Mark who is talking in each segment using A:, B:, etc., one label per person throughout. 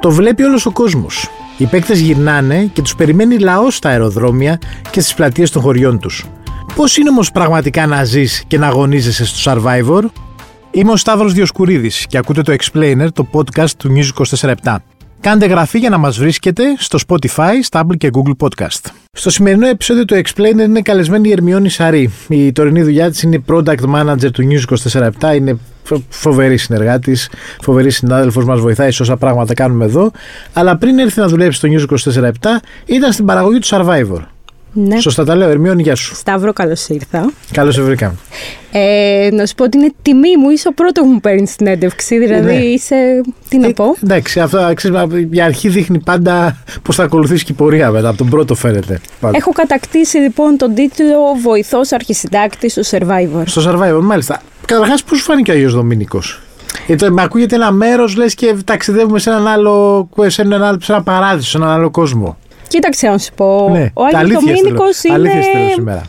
A: Το βλέπει όλος ο κόσμος. Οι παίκτες γυρνάνε και τους περιμένει λαός στα αεροδρόμια και στις πλατείες των χωριών τους. Πώς είναι όμως πραγματικά να ζεις και να αγωνίζεσαι στο Survivor? Είμαι ο Σταύρος Διοσκουρίδης και ακούτε το Explainer, το podcast του News 24 Κάντε γραφή για να μας βρίσκετε στο Spotify, στα Apple και Google Podcast. Στο σημερινό επεισόδιο του Explainer είναι καλεσμένη η Ερμιόνη Σαρή. Η τωρινή δουλειά της είναι Product Manager του News 24 είναι φοβερή συνεργάτης, φοβερή συνάδελφος, μας βοηθάει σε όσα πράγματα κάνουμε εδώ. Αλλά πριν έρθει να δουλέψει στο News 24-7, ήταν στην παραγωγή του Survivor.
B: Ναι.
A: Σωστά τα λέω, Ερμιόνη, γεια σου.
B: Σταύρο, καλώς ήρθα.
A: Καλώς σε βρήκα.
B: Ε, να σου πω ότι είναι τιμή μου, είσαι ο πρώτος που μου παίρνεις συνέντευξη. Δηλαδή
A: Ναι.
B: είσαι. Τι να
A: Ε,
B: πω.
A: εντάξει, αυτό ξέρεις, η αρχή δείχνει πάντα πώς θα ακολουθήσει και η πορεία μετά. Από τον πρώτο φαίνεται. πάντα.
B: Έχω κατακτήσει λοιπόν τον τίτλο Βοηθός Αρχισυντάκτης του Survivor.
A: Στο Survivor, μάλιστα. Καταρχάς, πώς σου φάνηκε ο Άγιος Δομήνικος. Γιατί με ακούγεται ένα μέρος, λες και ταξιδεύουμε σε έναν άλλο, σε έναν άλλο σε ένα παράδεισο, σε έναν άλλο κόσμο.
B: Κοίταξε να σου πω.
A: ναι,
B: ο Άγιος Δομήνικος είναι
A: Αλήθεια σήμερα.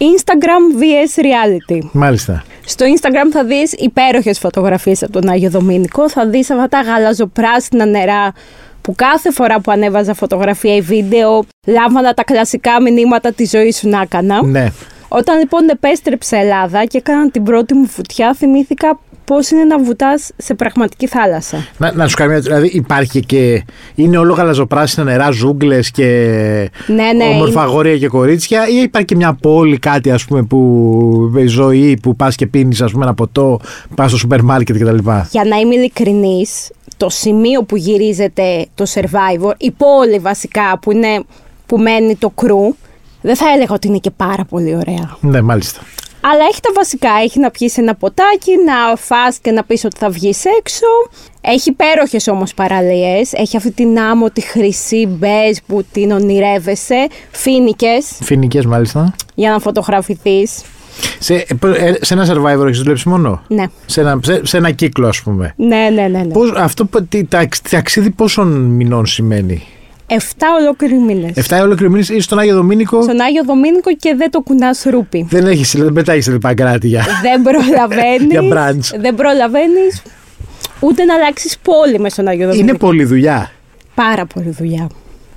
B: Instagram vs reality.
A: Μάλιστα.
B: Στο Instagram θα δεις υπέροχες φωτογραφίες από τον Άγιο Δομήνικο. Θα δεις αυτά τα γαλαζοπράσινα νερά που κάθε φορά που ανέβαζα φωτογραφία ή βίντεο λάμβανα τα κλασικά μηνύματα της ζωής σου να έκανα.
A: Ναι.
B: Όταν λοιπόν επέστρεψα Ελλάδα και έκανα την πρώτη μου βουτιά θυμήθηκα πώς είναι να βουτάς σε πραγματική θάλασσα.
A: Να, να σου κάνω μια. Δηλαδή υπάρχει και. Είναι όλο γαλαζοπράσινα νερά, ζούγκλες και.
B: Ναι, ναι,
A: όμορφα
B: είναι-
A: αγόρια και κορίτσια, ή υπάρχει και μια πόλη, κάτι ας πούμε που. η ζωή που πας και πίνεις, ας πούμε, ένα ποτό, πας στο σούπερ μάρκετ κτλ.
B: Για να είμαι ειλικρινής, το σημείο που γυρίζεται το Survivor, η πόλη βασικά που, είναι, που μένει το κρού, δεν θα έλεγα ότι είναι και πάρα πολύ ωραία.
A: Ναι, μάλιστα.
B: Αλλά έχει τα βασικά. Έχει να πιεις ένα ποτάκι, να φας και να πεις ότι θα βγεις έξω. Έχει υπέροχες όμως παραλίες. Έχει αυτή την άμμο, τη χρυσή μπέζ που την ονειρεύεσαι. Φίνικες
A: Φοινικές, μάλιστα.
B: για να φωτογραφηθείς.
A: Σε, ε, προ- ε, σε ένα survivor έχεις δουλέψει μόνο.
B: Ναι.
A: Σε ένα, σε, σε ένα κύκλο, ας πούμε.
B: Ναι, ναι, ναι. ναι.
A: Πώς, αυτό που- τι- τα, ταξίδι πόσων μηνών σημαίνει.
B: Εφτά ολόκληροι μήνες.
A: Εφτά ολοκληρωμένε είσαι στον Άγιο Δομήνικο.
B: Στον Άγιο Δομήνικο και δεν το κουνάς ρούπι.
A: Δεν έχεις, δεν πετάγεις λιπαγκράτη για.
B: δεν προλαβαίνεις.
A: Για brunch.
B: δεν προλαβαίνεις ούτε να αλλάξεις πόλη μες στον Άγιο Δομήνικο.
A: Είναι πολλή δουλειά.
B: Πάρα πολύ δουλειά.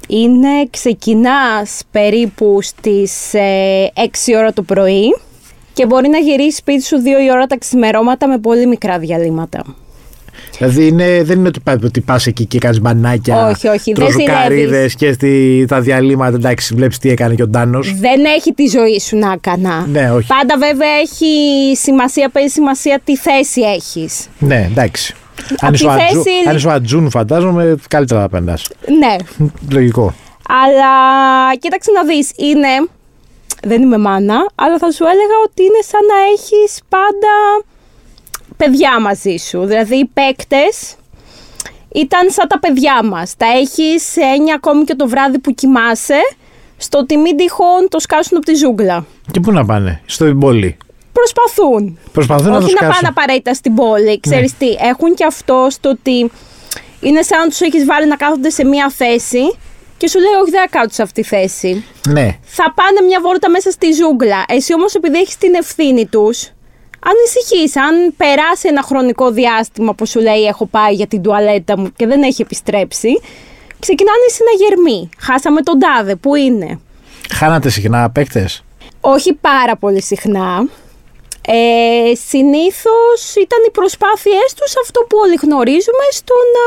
B: Είναι, ξεκινάς περίπου στις ε, 6 ώρα το πρωί και μπορεί να γυρίσεις σπίτι σου 2 η ώρα τα ξημερώματα με πολύ μικρά διαλύματα.
A: Δηλαδή είναι, δεν είναι ότι πα- ότι πας εκεί και κάνεις μπανάκια.
B: Όχι, όχι, δεν
A: τροζουκαρίδες
B: ζηλεύεις.
A: και στη, τα διαλύματα. Εντάξει, βλέπεις τι έκανε και ο Ντάνος.
B: Δεν έχει τη ζωή σου να έκανα.
A: Ναι, όχι.
B: Πάντα βέβαια έχει σημασία, παίζει σημασία τι θέση έχεις.
A: Ναι, εντάξει. Αν
B: Απ'
A: είσαι, ο
B: τη
A: Ατζού,
B: θέση-
A: αν είσαι ο Ατζούν, φαντάζομαι καλύτερα θα περνάς.
B: Ναι,
A: Λογικό.
B: αλλά κοίταξε να δεις, είναι... Δεν είμαι μάνα, αλλά θα σου έλεγα ότι είναι σαν να έχεις πάντα παιδιά μαζί σου. Δηλαδή οι παίκτες ήταν σαν τα παιδιά μας. Τα έχεις 9 ακόμη και το βράδυ που κοιμάσαι, στο ότι μην τυχόν το σκάσουν από τη ζούγκλα.
A: Και πού να πάνε, στην πόλη.
B: Προσπαθούν.
A: Προσπαθούν να το
B: Όχι να,
A: σκάσουν.
B: πάνε απαραίτητα στην πόλη. Ξέρεις τι, έχουν και αυτό στο ότι είναι σαν να τους έχεις βάλει να κάθονται σε μία θέση και σου λέει όχι δεν θα κάτσω σε αυτή τη θέση.
A: Ναι.
B: Θα πάνε μια βόλτα μέσα στη ζούγκλα. Εσύ όμως επειδή έχεις την ευθύνη τους, ανησυχείς. Αν περάσει ένα χρονικό διάστημα που σου λέει έχω πάει για την τουαλέτα μου και δεν έχει επιστρέψει, ξεκινάνε οι συναγερμοί. Χάσαμε τον τάδε, που είναι.
A: Χάνατε συχνά παίκτες.
B: Όχι πάρα πολύ συχνά. Ε, συνήθως ήταν οι προσπάθειές τους αυτό που όλοι γνωρίζουμε στο να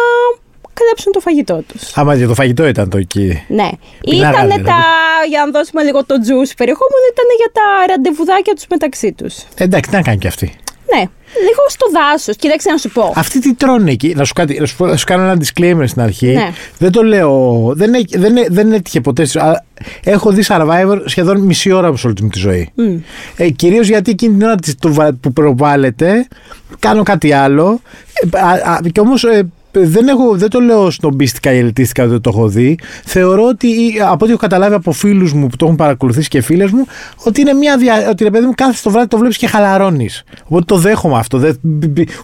B: κλέψουν το φαγητό τους.
A: Άμα και το φαγητό ήταν το εκεί.
B: Ναι.
A: Πεινάγανε,
B: Ήτανε
A: δηλαδή.
B: τα, για να δώσουμε λίγο το juice περιεχόμενο, ήταν για τα ραντεβουδάκια τους μεταξύ τους.
A: Ε, Εντάξει, τι να κάνει κι αυτή.
B: Ναι, λίγο στο δάσος, κοίταξε να σου πω.
A: Αυτοί τι τρώνε εκεί. Να σου, κάτι, να σου, πω- να σου κάνω ένα disclaimer στην αρχή.
B: Ναι.
A: Δεν το λέω. Δεν, έ- δεν, έ- δεν έτυχε ποτέ. στη- α, Έχω δει survivor σχεδόν μισή ώρα από σε όλη μου τη ζωή. Ε, Κυρίως γιατί εκείνη την ώρα της- του βα- που προβάλλεται, κάνω κάτι άλλο. Ε, α- α- Κι όμω δεν, έχω, δεν το λέω σνομπίστικα ή ελιτίστικα, δεν το έχω δει. Θεωρώ ότι, από ό,τι έχω καταλάβει από φίλους μου που το έχουν παρακολουθήσει και φίλες μου, ότι είναι μια. Δια... Ότι ρε παιδί μου, κάθε το βράδυ το βλέπεις και χαλαρώνεις. Οπότε το δέχομαι αυτό. Δεν...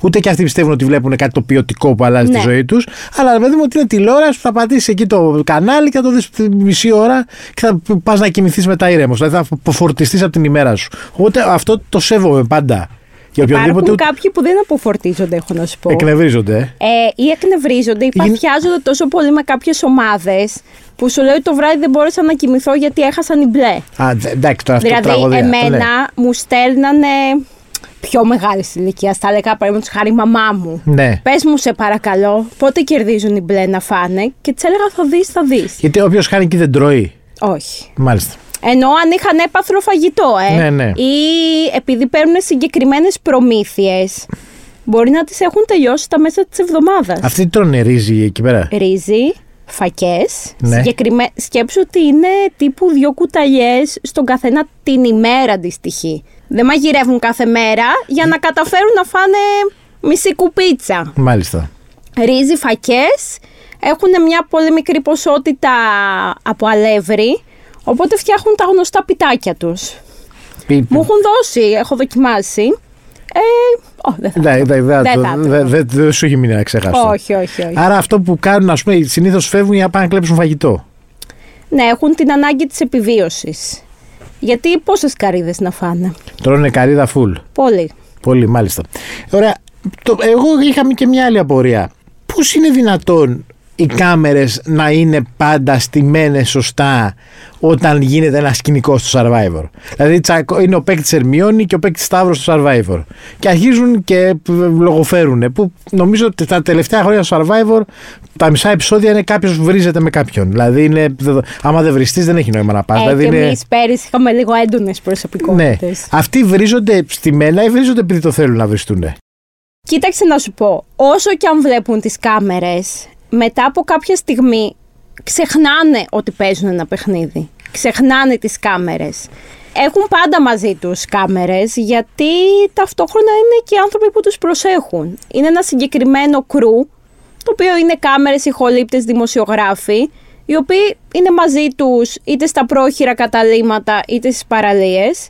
A: Ούτε και αυτοί πιστεύουν ότι βλέπουν κάτι το ποιοτικό που αλλάζει
B: Ναι.
A: τη ζωή τους. Αλλά ρε παιδί μου, ότι είναι τηλεόραση που θα πατήσεις εκεί το κανάλι και θα το δεις μισή ώρα και θα πας να κοιμηθείς μετά ήρεμο. Δηλαδή θα αποφορτιστεί από την ημέρα σου. Οπότε αυτό το σέβομαι πάντα. Για οποιοδήποτε.
B: Υπάρχουν κάποιοι που δεν αποφορτίζονται, έχω να σου πω.
A: Εκνευρίζονται. ε.
B: Ε, ή εκνευρίζονται ή
A: Γεν-
B: παθιάζονται τόσο πολύ με κάποιες ομάδες που σου λέει το βράδυ δεν μπόρεσα να κοιμηθώ γιατί έχασαν οι μπλε.
A: Α, δε- εντάξει, τώρα αυτό
B: δηλαδή,
A: τραγωδία. το λέει.
B: εμένα μου στέλνανε πιο μεγάλη ηλικία. Τα έλεγα παραδείγματος χάρη η μαμά μου.
A: Ναι.
B: Πες μου, σε παρακαλώ, πότε κερδίζουν οι μπλε να φάνε. Και της έλεγα, θα δεις, θα δεις.
A: Γιατί όποιος χάνει εκεί δεν τρώει.
B: Όχι.
A: Μάλιστα.
B: Ενώ αν είχαν έπαθρο φαγητό, ε.
A: Ναι, ναι.
B: Ή επειδή παίρνουν συγκεκριμένες προμήθειες, μπορεί να τις έχουν τελειώσει τα μέσα της εβδομάδας.
A: Αυτή τρώνε ρύζι εκεί πέρα.
B: Ε. ρύζι, φακές.
A: Ναι.
B: Συγκεκριμέ... Σκέψου ότι είναι τύπου δύο κουταλιές στον καθένα την ημέρα αντιστοιχεί. Δεν μαγειρεύουν κάθε μέρα για να καταφέρουν να φάνε μισή κουπίτσα.
A: Μάλιστα.
B: Ρύζι, φακές. Έχουν μια πολύ μικρή ποσότητα από αλεύρι. Οπότε φτιάχνουν τα γνωστά πιτάκια τους.
A: Πι-
B: Μου έχουν δώσει, έχω δοκιμάσει. Ε, ω, δεν θα...
A: Ναι, ναι, δεν θα
B: Δεν
A: το-
B: θα το.
A: δεν- δεν- Δεν σου έχει μείνει να ξεχάσω.
B: Όχι, όχι, όχι.
A: Άρα αυτό που κάνουν, ας πούμε, συνήθως φεύγουν για να πάνε να κλέψουν φαγητό.
B: Ναι, έχουν την ανάγκη της επιβίωσης. Γιατί πόσες καρύδες να φάνε.
A: Τρώνε καρύδα full.
B: Πολύ.
A: Πολύ, μάλιστα. Ωραία. Το, εγώ είχα και μια άλλη απορία. Πώς είναι δυνατόν οι κάμερες να είναι πάντα στημένες σωστά όταν γίνεται ένας σκηνικός στο Survivor. Δηλαδή τσακω- είναι ο παίκτης Ερμιώνη και ο παίκτης Σταύρος στο Survivor. Και αρχίζουν και π- λογοφέρουν. ε, Που νομίζω ότι τα τελευταία χρόνια στο Survivor τα μισά επεισόδια είναι κάποιος βρίζεται με κάποιον. Δηλαδή είναι, άμα δεν βριστείς δεν έχει νόημα να πας.
B: Ε,
A: δηλαδή
B: και
A: είναι...
B: εμείς πέρυσι είχαμε λίγο έντονες
A: Ναι.
B: προσωπικότητες.
A: Αυτοί βρίζονται στη μένα ή βρίζονται επειδή το θέλουν να βριστούν.
B: Κοίταξε να σου πω, όσο και αν βλέπουν τις κάμερες, μετά από κάποια στιγμή ξεχνάνε ότι παίζουν ένα παιχνίδι. Ξεχνάνε τις κάμερες. Έχουν πάντα μαζί τους κάμερες, γιατί ταυτόχρονα είναι και άνθρωποι που τους προσέχουν. Είναι ένα συγκεκριμένο κρού, το οποίο είναι κάμερες, ηχολήπτες, δημοσιογράφοι, οι οποίοι είναι μαζί τους είτε στα πρόχειρα καταλήμματα είτε στις παραλίες.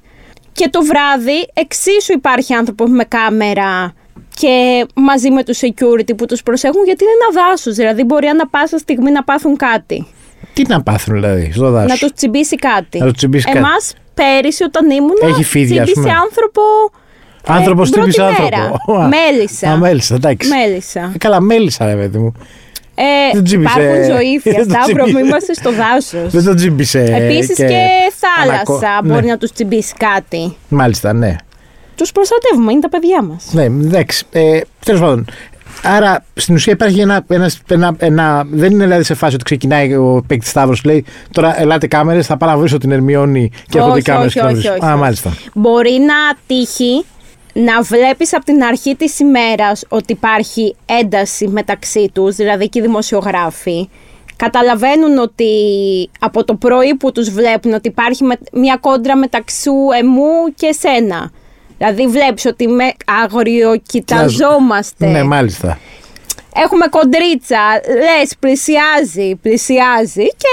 B: Και το βράδυ εξίσου υπάρχει άνθρωπος με κάμερα και μαζί με τους security που τους προσέχουν γιατί είναι ένα δάσος, δηλαδή μπορεί ανά πάσα στιγμή να πάθουν κάτι,
A: Τι να πάθουν δηλαδή στο δάσος.
B: να τους τσιμπήσει κάτι.
A: Να τους τσιμπήσει κάτι.
B: Εμάς πέρυσι όταν ήμουν
A: Έχει φίδια, ας
B: τσιμπήσε
A: πούμε.
B: άνθρωπο ε,
A: Άνθρωπος
B: την
A: τύπη
B: πρώτη
A: άνθρωπο.
B: μέρα.
A: Α,
B: Μέλισσα.
A: Α, μέλισσα, εντάξει.
B: Μέλισσα.
A: Ε, Καλά, μέλισσα, ρε παιδί μου.
B: Ε,
A: Δεν τσιμπήσε.
B: υπάρχουν
A: Δεν
B: ζωήφια,
A: το
B: Σταύρο,
A: τσιμπήσε.
B: μην είμαστε στο δάσος.
A: Δεν το τσίμπησε.
B: Επίσης και, θάλασσα
A: ανακο-
B: μπορεί
A: ναι.
B: να τους τσιμπήσει κάτι.
A: Μάλιστα, ναι.
B: Τους προστατεύουμε, είναι τα παιδιά μας.
A: Ναι, εντάξει. Ε, Τέλος πάντων. Άρα στην ουσία υπάρχει ένα, ένας, ένα, ένα- Δεν είναι δηλαδή σε φάση ότι ξεκινάει ο παίκτης Σταύρος και λέει Τώρα ελάτε κάμερες, θα πάω να βρίσκω την Ερμιόνη και έχω
B: Όχι,
A: δει κάμερες
B: όχι,
A: και να
B: όχι,
A: βρίσκω.
B: όχι,
A: Α,
B: όχι.
A: μάλιστα.
B: Μπορεί να τύχει να βλέπεις από την αρχή της ημέρας ότι υπάρχει ένταση μεταξύ τους, δηλαδή και οι δημοσιογράφοι. Καταλαβαίνουν ότι από το πρωί που τους βλέπουν ότι υπάρχει με- μια κόντρα μεταξύ σου, εμού και σένα. Δηλαδή βλέπεις ότι με άγριο κοιταζόμαστε.
A: Ναι, μάλιστα.
B: Έχουμε κοντρίτσα, λες πλησιάζει, πλησιάζει και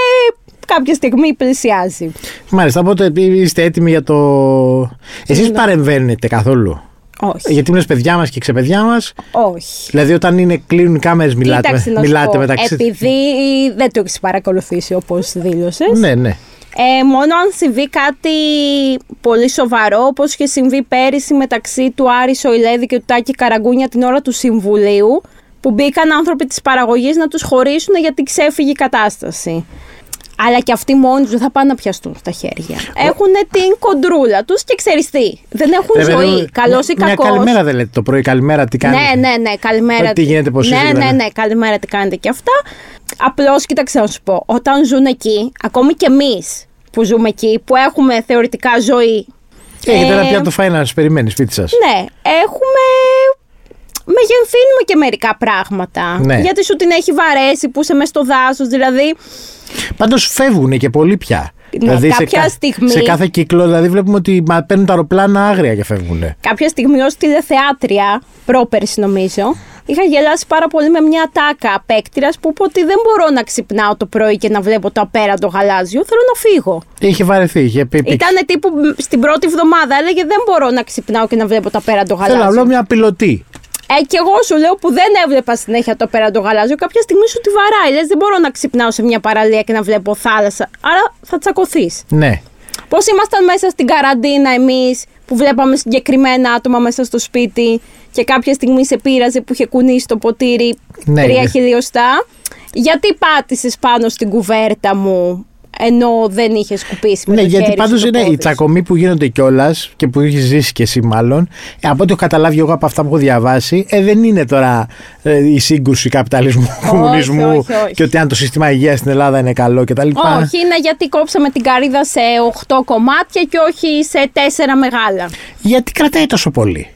B: κάποια στιγμή πλησιάζει.
A: Μάλιστα, οπότε ε, είστε έτοιμοι για το.
B: Ναι,
A: Εσεί παρεμβαίνετε καθόλου.
B: Όχι,
A: Γιατί είναι παιδιά μας και ξεπαιδιά μας.
B: όχι.
A: Δηλαδή, όταν είναι, κλείνουν οι κάμερες, μιλάτε,
B: Κοίταξε να σου
A: μιλάτε
B: πω,
A: μεταξύ
B: Επειδή δεν το έχεις παρακολουθήσει όπως δήλωσες.
A: Ναι, ναι.
B: Ε, μόνο αν συμβεί κάτι πολύ σοβαρό, όπως είχε συμβεί πέρυσι μεταξύ του Άρη Σοηλέδη και του Τάκη Καραγκούνια την ώρα του συμβουλίου, που μπήκαν άνθρωποι της παραγωγής να τους χωρίσουν γιατί ξέφυγε η κατάσταση. Αλλά και αυτοί μόνοι τους δεν θα πάνε να πιαστούν στα χέρια. Έχουν την κοντρούλα τους και ξέρεις τι. Δεν έχουν
A: Ρε, παιδί
B: ζωή.
A: μου,
B: Καλός ή
A: Ε, μια
B: κακός.
A: καλημέρα δεν λέτε το πρωί. Καλημέρα, τι κάνετε.
B: Ναι, ναι, ναι, καλημέρα.
A: Ότι γίνεται, πώς
B: ναι,
A: είσαι και τα
B: ναι,
A: λοιπά.
B: ναι, καλημέρα, τι κάνετε και αυτά. Απλώς κοίταξε να σου πω, όταν ζουν εκεί, ακόμη και εμείς που ζούμε εκεί, που έχουμε θεωρητικά ζωή.
A: Έχετε ένα
B: Ε,
A: πιάτο φάει να σα περιμένει σπίτι σας.
B: Ναι, έχουμε. Μεγενθύνουμε και μερικά πράγματα.
A: Ναι.
B: Γιατί σου την έχει βαρέσει που είσαι μες στο δάσος, δηλαδή.
A: Πάντως φεύγουν και πολύ πια. Δηλαδή, σε
B: Ναι, κάποια
A: κα-
B: στιγμή.
A: Σε κάθε κύκλο, δηλαδή, βλέπουμε ότι μα, παίρνουν τα αεροπλάνα άγρια και φεύγουν.
B: Κάποια στιγμή ως τηλεθεάτρια, πρόπερση νομίζω, είχα γελάσει πάρα πολύ με μια τάκα απέκτηρας που είπε ότι δεν μπορώ να ξυπνάω το πρωί και να βλέπω το απέραντο γαλάζιο, θέλω να φύγω.
A: Είχε βαρεθεί, είχε πει. πει-
B: Ήτανε τύπου μ, στην πρώτη εβδομάδα έλεγε δεν μπορώ να ξυπνάω και να βλέπω το απέραντο
A: Θέλω
B: γαλάζιο.
A: να βλέπω μια πιλωτή.
B: Ε, και εγώ σου λέω που δεν έβλεπα συνέχεια το απέραντο γαλάζιο, κάποια στιγμή σου τη βαράει. Λες δεν μπορώ να ξυπνάω σε μια παραλία και να βλέπω θάλασσα. Άρα θα τσακωθείς.
A: Ναι.
B: Πώς ήμασταν μέσα στην καραντίνα εμείς που βλέπαμε συγκεκριμένα άτομα μέσα στο σπίτι και κάποια στιγμή σε πείραζε που είχε κουνήσει το ποτήρι
A: Ναι,
B: τρία
A: ναι.
B: χιλιοστά. Γιατί πάτησες πάνω στην κουβέρτα μου ενώ δεν είχε κουπίσει με
A: Ναι,
B: το
A: γιατί
B: χέρι
A: πάντως
B: σου το
A: είναι
B: πόδι
A: οι
B: σου.
A: τσακωμοί που γίνονται κιόλας και που έχεις ζήσει κι εσύ, μάλλον. ε, από ό,τι έχω καταλάβει εγώ από αυτά που έχω διαβάσει, ε, δεν είναι τώρα ε, η σύγκρουση καπιταλισμού κομμουνισμού
B: όχι, όχι.
A: και ότι αν το σύστημα υγείας στην Ελλάδα είναι καλό κτλ.
B: Όχι, είναι γιατί κόψαμε την καρύδα σε 8 κομμάτια και όχι σε 4 μεγάλα.
A: Γιατί κρατάει τόσο πολύ.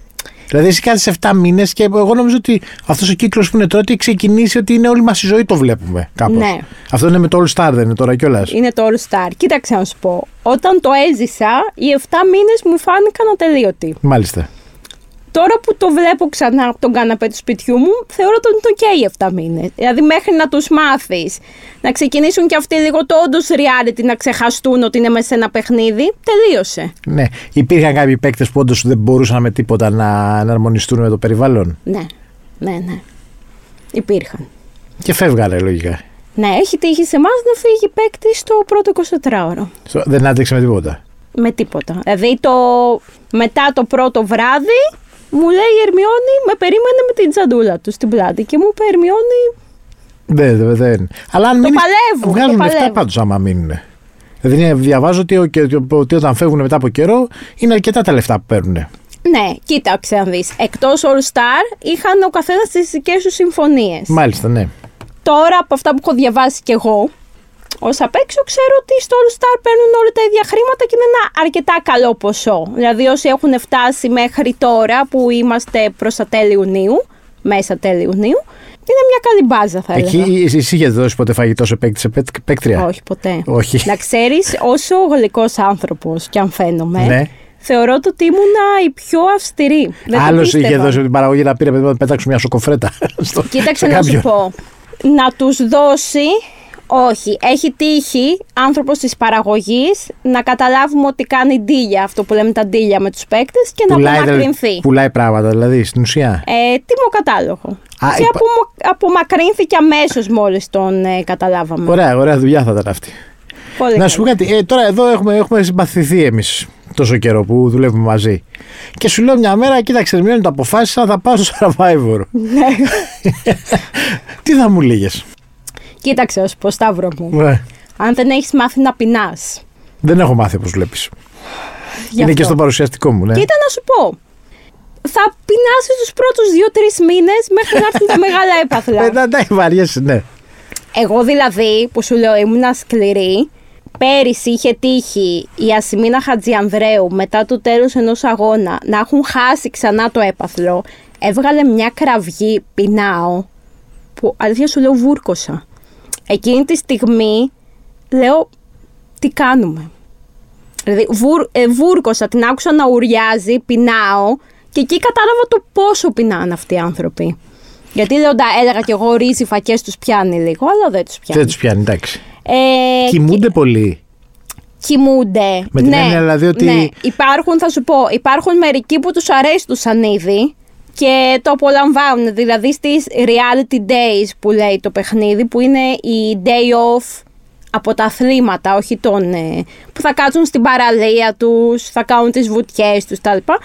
A: Δηλαδή, εσύ κάθεσαι 7 μήνες και εγώ νομίζω ότι αυτός ο κύκλος που είναι τώρα ότι έχει ξεκινήσει ότι είναι όλη μας η ζωή το βλέπουμε κάπως.
B: Ναι. Ε,
A: Αυτό είναι με το All Star, δεν είναι τώρα κιόλας.
B: Είναι το All Star. Κοίταξε να σου πω. Όταν το έζησα, οι 7 μήνες μου φάνηκαν ατελείωτοι.
A: Μάλιστα.
B: Τώρα που το βλέπω ξανά από τον καναπέ του σπιτιού μου, θεωρώ ότι είναι το και οι 7 μήνε. Δηλαδή, μέχρι να τους μάθεις, να ξεκινήσουν και αυτοί λίγο το όντως reality, να ξεχαστούν ότι είναι μέσα σε ένα παιχνίδι, τελείωσε.
A: Ναι. Υπήρχαν κάποιοι παίκτες που όντως δεν μπορούσαν με τίποτα να εναρμονιστούν με το περιβάλλον.
B: Ναι, ναι, ναι. Υπήρχαν.
A: Και φεύγανε λογικά.
B: Ναι, έχει τύχει σε εμάς να φύγει παίκτη στο πρώτο 24ωρο.
A: Στο- Δεν άντεξε με τίποτα.
B: Με τίποτα. Δηλαδή, το... μετά το πρώτο βράδυ, μου λέει η Ερμιόνη, με περίμενε με την τσαντούλα του στην πλάτη και μου είπε Ερμιόνη,
A: Δεν, δεν, δεν. Αλλά αν μείνεις-
B: παλεύουν, το
A: Βγάζουν λεφτά
B: παλεύουν.
A: πάντως άμα μείνουν. Δηλαδή είναι- διαβάζω ότι, ο- και- ότι- ότι όταν φεύγουν μετά από καιρό είναι αρκετά τα λεφτά που παίρνουν.
B: Ναι, κοίταξε να δεις. Εκτός All Star είχαν ο καθένας τις δικές του συμφωνίες.
A: Μάλιστα, ναι.
B: Τώρα από αυτά που έχω διαβάσει κι εγώ, ως απ' έξω ξέρω ότι στο All Star παίρνουν όλα τα ίδια χρήματα και είναι ένα αρκετά καλό ποσό. Δηλαδή όσοι έχουν φτάσει μέχρι τώρα που είμαστε προς τα τέλη Ιουνίου, μέσα τέλη Ιουνίου, είναι μια καλή μπάζα θα έλεγα.
A: Εκεί εσύ είχες δώσει ποτέ φαγητό σε παίκτη, σε παίκ- παίκτρια.
B: Όχι, ποτέ.
A: Όχι.
B: Να ξέρεις, όσο γλυκός άνθρωπος κι αν φαίνομαι,
A: Ναι.
B: θεωρώ το ότι ήμουνα η πιο αυστηρή. Δεν το
A: Άλλος είχε
B: πίστευα.
A: δώσει την παραγωγή να πήρε παιδί μου, να πέταξουν μια σοκοφρέτα. στο- σε
B: Κοίταξε να σου
A: κάποιον.
B: πω. Να τους δώσει. Όχι, έχει τύχει άνθρωπος της παραγωγής να καταλάβουμε ότι κάνει ντύλια, αυτό που λέμε τα ντύλια με τους παίκτες και να
A: Πουλάει, δηλαδή-
B: απομακρυνθεί.
A: πουλάει πράγματα, δηλαδή στην ουσία.
B: Ε, τίμο κατάλογο.
A: Α,
B: και
A: υπα-
B: απομο- απομακρύνθηκε αμέσως μόλις τον ε, καταλάβαμε.
A: Ωραία, ωραία δουλειά θα ήταν αυτή.
B: Πολύ
A: Να
B: καλά.
A: σου πω κάτι. Ε, τώρα εδώ έχουμε, έχουμε συμπαθηθεί εμείς τόσο καιρό που δουλεύουμε μαζί. Και σου λέω μια μέρα, κοίταξε, Ερμηνεία, το αποφάσισα, θα πάω στο survivor.
B: Ναι.
A: Τι θα μου λέγε.
B: Κοίταξε, να σου πως, Σταύρο μου. Αν δεν έχεις μάθει να πεινάς.
A: Δεν έχω μάθει όπως βλέπεις.
B: γι'
A: Είναι και
B: αυτό.
A: στο παρουσιαστικό μου, ναι.
B: Κοίτα να σου πω. Θα πεινάσει τους πρώτους δύο-τρει μήνες μέχρι να έρθουν τα μεγάλα έπαθλα.
A: Ε, να- να βαριέσαι, ναι.
B: Εγώ δηλαδή που σου λέω ήμουνα σκληρή Πέρυσι είχε τύχει η Ασημίνα Χατζιανδρέου μετά το τέλος ενός αγώνα να έχουν χάσει ξανά το έπαθλο Έβγαλε μια κραυγή πεινάω που αλήθεια σου λέω βούρκωσα Εκείνη τη στιγμή λέω τι κάνουμε Δηλαδή βουρ, ε, βούρκωσα, την άκουσα να ουριάζει, πεινάω και εκεί κατάλαβα το πόσο πεινάνε αυτοί οι άνθρωποι. Γιατί λέω, «Ντα, έλεγα και εγώ ρύζι φακές τους πιάνει λίγο, αλλά δεν τους πιάνει.
A: Δεν τους πιάνει, εντάξει.
B: Ε,
A: Κοιμούνται πολύ.
B: κοιμούνται.
A: Με την έννοια, δηλαδή, ότι-
B: ναι. Υπάρχουν, θα σου πω, υπάρχουν μερικοί που τους αρέσει τους ανίδι και το απολαμβάνουν. Δηλαδή στις reality days που λέει το παιχνίδι, που είναι η day off από τα αθλήματα, όχι των... ε, που θα κάτσουν στην παραλία τους, θα κάνουν τις βουτιές τους, τα λοιπά.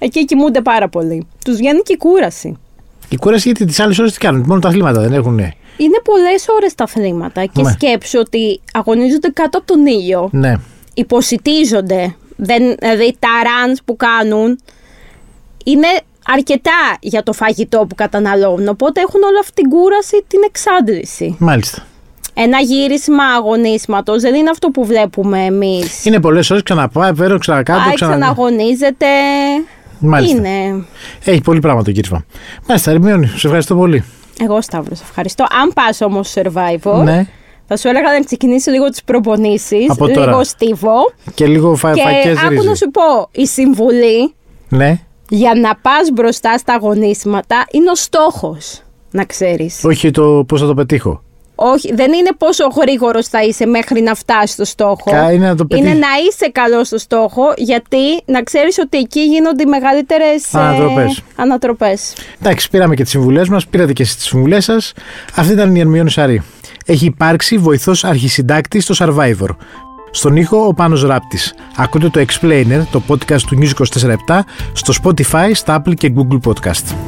B: Εκεί κοιμούνται πάρα πολύ. Τους βγαίνει και η κούραση.
A: Η κούραση γιατί τις άλλες ώρες τι κάνουν. Μόνο τα αθλήματα δεν έχουν. Ναι.
B: Είναι πολλές ώρες τα αθλήματα και
A: Ναι.
B: σκέψου ότι αγωνίζονται κάτω από τον ήλιο.
A: ναι.
B: υποσυτίζονται. Δεν, δηλαδή τα runs που κάνουν είναι αρκετά για το φαγητό που καταναλώνουν. Οπότε έχουν όλη αυτή την κούραση, την εξάντληση.
A: Μάλιστα.
B: Ένα γύρισμα αγωνίσματος δεν είναι αυτό που βλέπουμε εμείς.
A: Είναι πολλές ώρες, ξαναπάει, παίρνω,
B: Πάει,
A: ξανακάτω, ξανα...
B: ξαναγωνίζεται.
A: Μάλιστα.
B: Είναι.
A: Έχει πολύ πράγμα το κύρισμα. Μάλιστα, Ερμηνεία, σε ευχαριστώ πολύ.
B: Εγώ Σταύρος, ευχαριστώ. Αν πας όμως Survivor,
A: Ναι.
B: Θα σου έλεγα να ξεκινήσεις λίγο τις προπονήσεις,
A: Από τώρα.
B: λίγο στίβο.
A: Και λίγο φα...
B: Και
A: φακές
B: άκου
A: ρύζι.
B: να σου πω, η συμβουλή
A: Ναι.
B: για να πας μπροστά στα αγωνίσματα είναι ο στόχος, να ξέρεις.
A: Όχι το πώς θα το πετύχω.
B: Όχι, δεν είναι πόσο γρήγορος θα είσαι μέχρι να φτάσεις στο στόχο.
A: Κα- είναι να το πετύχεις.
B: Είναι να είσαι καλός στο στόχο, γιατί να ξέρεις ότι εκεί γίνονται οι ε, μεγαλύτερε
A: Ανατροπές. Εντάξει, πήραμε και τις συμβουλές μας, πήρατε και εσείς τις συμβουλές σας. Αυτή ήταν η Ερμιόνη Σαρή. Έχει υπάρξει βοηθός αρχισυντάκτης στο Survivor. Στον ήχο ο Πάνος Ράπτης. Ακούτε το Explainer, το podcast του News 24-7, στο Spotify, στα Apple και Google Podcast.